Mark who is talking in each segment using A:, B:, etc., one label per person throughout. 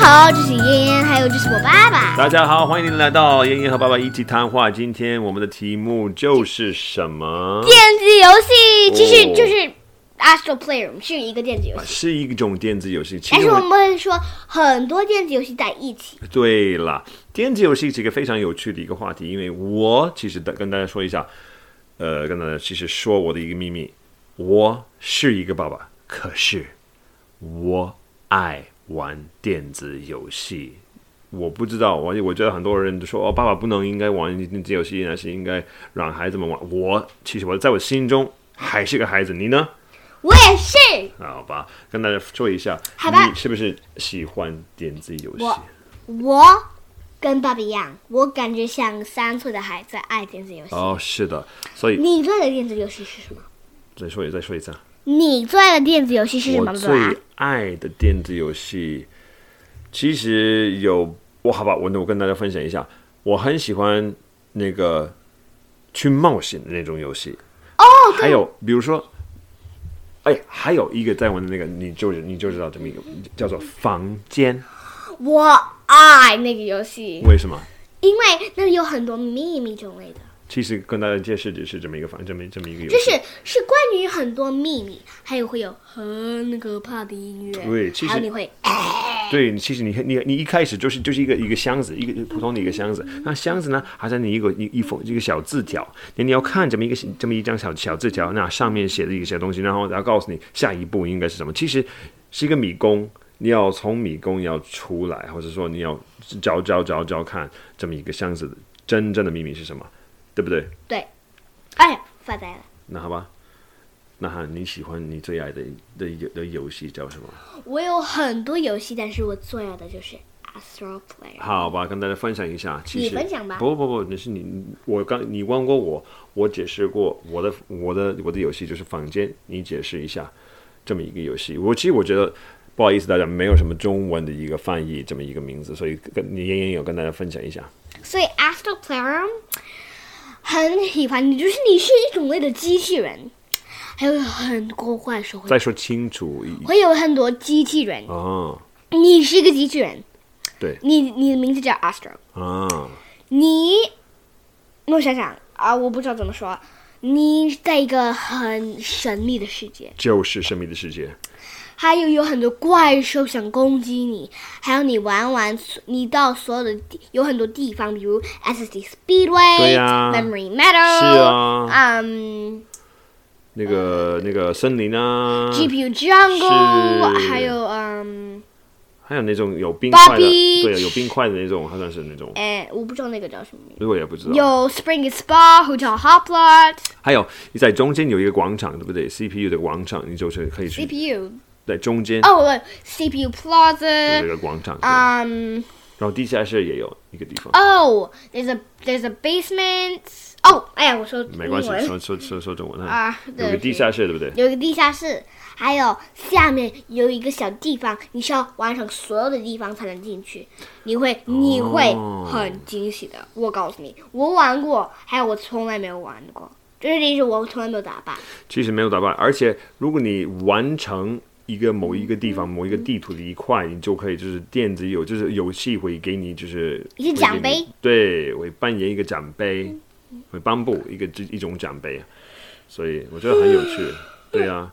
A: 好，这是嫣嫣，还有这是我爸爸。
B: 大家好，欢迎您来到燕燕和爸爸一起谈话。今天我们的题目就是什么？
A: 电子游戏其实
B: 哦
A: 就是 Astro Playroom 是一个电子游戏，
B: 是一种电子游戏。其
A: 但
B: 实
A: 是
B: 我
A: 我们会说很多电子游戏在一起。
B: 对了，电子游戏是一个非常有趣的一个话题，因为我其实的跟大家说一下，呃，跟大家其实说我的一个秘密，我是一个爸爸，可是我爱玩电子游戏。我不知道，我我觉得很多人都说哦，爸爸不能应该玩电子游戏，那是应该让孩子们玩。我其实我在我心中还是个孩子，你呢？啊
A: 我也是，
B: 好吧，跟大家说一下，
A: 好吧
B: 你是不是喜欢电子游戏？
A: 我我跟爸爸一样，我感觉像三岁的孩子爱电子游戏。
B: 哦，是的，所以
A: 你最爱的电子游戏是什么？
B: 再说一再说一次啊，
A: 你最爱的电子游戏是什么？
B: 我
A: 爸
B: 最
A: 爸？
B: 爱的电子游戏，其实有我好吧，我那我跟大家分享一下，我很喜欢那个去冒险的那种游戏哦，还有比如说。哎，还有一个在我的那个，你就你就知道这么一个叫做房间，
A: 我爱那个游戏，
B: 为什么？
A: 因为那里有很多秘密种类的。
B: 其实跟大家解释只是这么一个房，这么这么一个游戏。
A: 就是是关于很多秘密，还有会有很可怕的音乐，
B: 对其实
A: 还有你会
B: 对，其实你你你一开始就是就是一个一个箱子，一个普通的一个箱子。那箱子呢，好像你一个一一封一个小字条，那你要看这么一个这么一张小小字条，那上面写的一些东西，然后然后告诉你下一步应该是什么。其实是一个迷宫，你要从迷宫要出来，或者说你要找找找找看这么一个箱子的真正的秘密是什么，对不对？
A: 对，哎呀，发呆了。
B: 那好吧，那哈你喜欢你最爱的的游的游戏叫什么？
A: 我有很多游戏，但是我最爱的就是 Astro Player。
B: 好吧，跟大家分享一下。其实
A: 你分享吧
B: 不不不，那是你，我刚你问过我，我解释过我的我的我的游戏就是房间，你解释一下这么一个游戏。我其实我觉得不好意思，大家没有什么中文的一个翻译这么一个名字，所以跟你妍妍有跟大家分享一下。
A: 所以 Astro Player 很喜欢你，就是你是一种类的机器人，还有很多怪兽会
B: 再说清楚一
A: 会有很多机器人。
B: 啊，
A: 你是一个机器人，
B: 对
A: 你你的名字叫 Astro，
B: 啊，
A: 你，我想想啊，我不知道怎么说。你在一个很神秘的世界，
B: 就是神秘的世界。
A: 还有有很多怪兽想攻击你，还有你玩完，你到所有的地有很多地方，比如 SSD
B: 对
A: Speedway、
B: 呀
A: Memory
B: 是
A: Meadow，
B: 啊，
A: 嗯、
B: 那个那个森林啊，
A: GPU Jungle，
B: 是
A: 还有嗯，
B: 还有那种有冰块
A: Bob
B: 的，
A: Beach
B: 对，有冰块的那种，好像是那种，
A: 哎，我不知道那个叫什么名字，
B: 我也不知道。
A: 有 Spring Spa、Hotel Hoplot、
B: 还有你在中间有一个广场，对不对？CPU 的广场，你就是可以去
A: CPU，
B: 在中间
A: 哦，呃对 CPU
B: 有
A: Plaza，
B: 一个广场，对
A: 嗯。
B: 然后地下室也有一个地方。
A: Oh, there's a there's a basement. Oh，哎呀，我说
B: 没关系
A: 英，文
B: 说说说说中文啊，
A: 啊，
B: 有个
A: 对不
B: 地
A: 起
B: 下室，对不对？
A: 有一个地下室，还有下面有一个小地方，你需要完成所有的地方才能进去。你会你会
B: 哦
A: 很惊喜的，我告诉你，我玩过，还有我从来没有玩过，这是我从来没有打败。
B: 其实没有打败，而且如果你完成一个某一个地
A: 嗯
B: 方、某一个地图的一块，你就可以就是电子游，就是游戏会给你就是
A: 一个奖杯，嗯
B: 对，会扮演一个奖杯，会颁布一个这一种奖杯，啊所以我觉得很有趣。对 啊，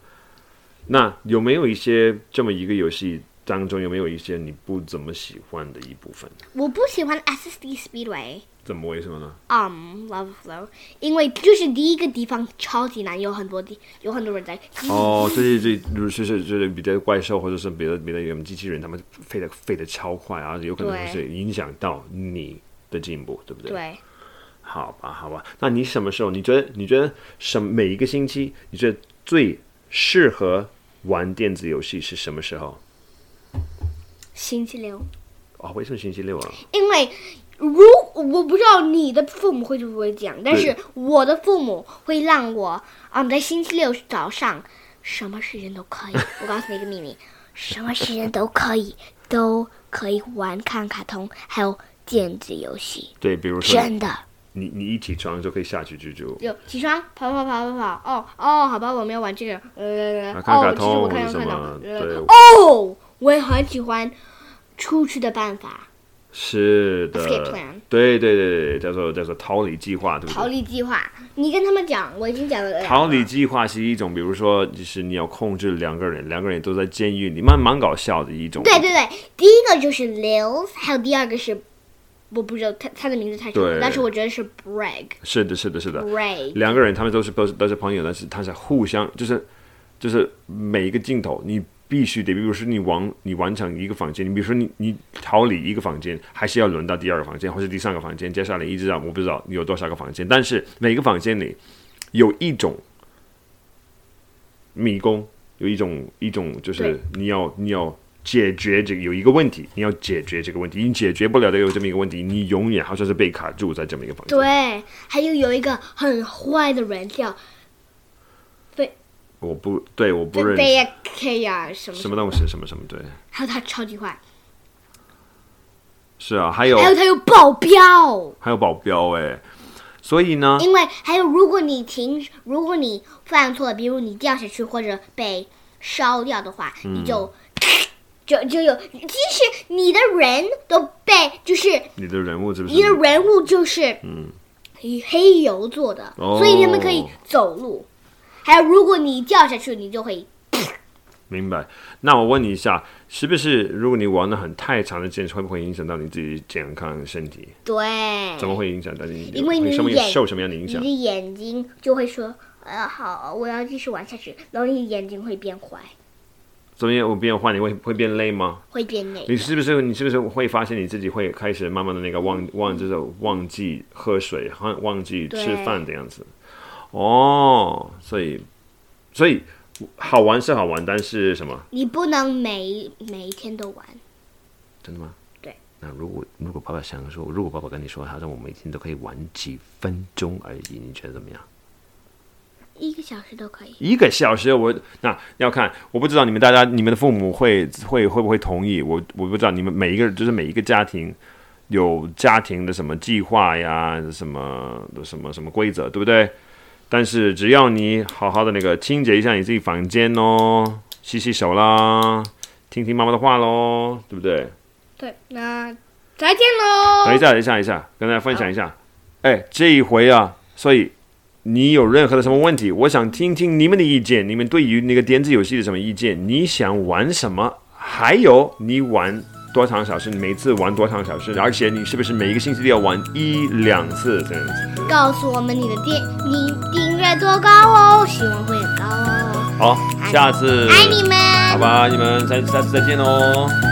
B: 那有没有一些这么一个游戏当中有没有一些你不怎么喜欢的一部分？
A: 我不喜欢 SSD Speedway。
B: 怎么为什么呢？
A: 嗯、l o v e flow，因为就是第一个地方超级难，有很多地，有很多人在。
B: 哦，这些这就是是就是别的怪兽或者是别的别的什么机器人，他们飞得飞得超快啊，有可能
A: 对
B: 会是影响到你的进步，对不对？
A: 对，
B: 好吧，好吧，那你什么时候你觉得你觉得什么每一个星期你觉得最适合玩电子游戏是什么时候？
A: 星期六。
B: 哦，为什么星期六啊？
A: 因为如我不知道你的父母会不会这样，但是我的父母会让我啊、在星期六早上什么时间都 可以。我告诉你一个秘密，什么时间都可以，都可以玩看卡通，还有电子游戏，
B: 对，比如说
A: 真的。
B: 你你一起床就可以下去就就
A: 有起床跑跑跑跑跑哦哦，好吧，我没有玩这个，呃，
B: 看卡
A: 哦，其实
B: 通
A: 我
B: 或
A: 看
B: 者
A: 到
B: 什
A: 看到
B: 么，
A: 呃
B: 对
A: 哦，我也很喜欢出去的办法，
B: 是的
A: Escape plan，
B: 对对对对，叫做叫做逃离计划，对不
A: 逃
B: 对？
A: 离计划。你跟他们讲，我已经讲了两个
B: 逃离计划是一种，比如说，就是你要控制两个人，两个人都在监狱里，蛮蛮搞笑的一种。
A: 对对对，第一个就是 Lil，还有第二个是，我不知道他他的名字太长了
B: 对，
A: 但是我觉得是 Bragg
B: 是的，是的，是的。
A: Bragg。
B: 两个人他们都是都是都是朋友，但是他是互相就是就是每一个镜头你。必须得，比如说你完你完成一个房间，你比如说你你逃离一个房间，还是要轮到第二个房间或是第三个房间，接下来一直到我不知道有多少个房间，但是每个房间里有一种迷宫，有一种一种就是
A: 对
B: 你要你要解决这个有一个问题，你要解决这个问题，你解决不了的有这么一个问题，你永远好像是被卡住在这么一个房间。
A: 对，还有有一个很坏的人叫
B: 我不对，我不
A: The
B: 认识。
A: b a k r 什么
B: 什么东西？什么什么？对，
A: 还有他超级坏，
B: 是啊，还有
A: 还有他有保镖，
B: 还有保镖哎，所以呢，
A: 因为还有如果你停，如果你犯错，比如你掉下去或者被烧掉的话，
B: 嗯
A: 你就。就就有，其实你的人都被就是
B: 你的人物是不是
A: 一？个人物就是以黑油做的，
B: 哦
A: 所以他们可以走路。还有，如果你掉下去，你就会
B: 明白。那我问你一下，是不是如果你玩的很太长的剑，会不会影响到你自己健康身体？
A: 对
B: 怎么会影响到你？
A: 哎因为你
B: 会什么
A: 眼
B: 受什么样的影
A: 你
B: 响
A: 的？眼睛就会说：“呃，好，我要继续玩下去。”然后你的眼睛会变坏，
B: 所以我变坏，你会会变累吗？
A: 会变累。
B: 你是不是你是不是会发现你自己会开始慢慢的那个忘忘就是忘记喝水，忘忘记吃饭的样子？哦，所以所以好玩是好玩，但是什么？
A: 你不能每每一天都玩。
B: 真的吗？
A: 对。
B: 那如果如果爸爸想说，如果爸爸跟你说，他说我每天都可以玩几分钟而已，你觉得怎么样？
A: 一个小时都可以，
B: 一个小时我，那要看，我不知道你们大家，你们的父母会会会不会同意？我我不知道你们每一个就是每一个家庭有家庭的什么计划呀，什么什么什么规则，对不对？但是只要你好好的那个清洁一下你自己房间哦，洗洗手啦，听听妈妈的话喽，对不对？
A: 对，那再见喽。
B: 等一下，等一下，等一下，跟大家分享一下。哎，这一回啊，所以你有任何的什么问题，我想听听你们的意见，你们对于那个电子游戏的什么意见？你想玩什么？还有你玩多长小时？你每次玩多长小时？而且你是不是每一个星期都要玩一两次这样子？
A: 告诉我们你的订你订阅多高哦，希望会很高哦。
B: 好，下次
A: 爱你们，
B: 好吧，你们下下次再见喽。哦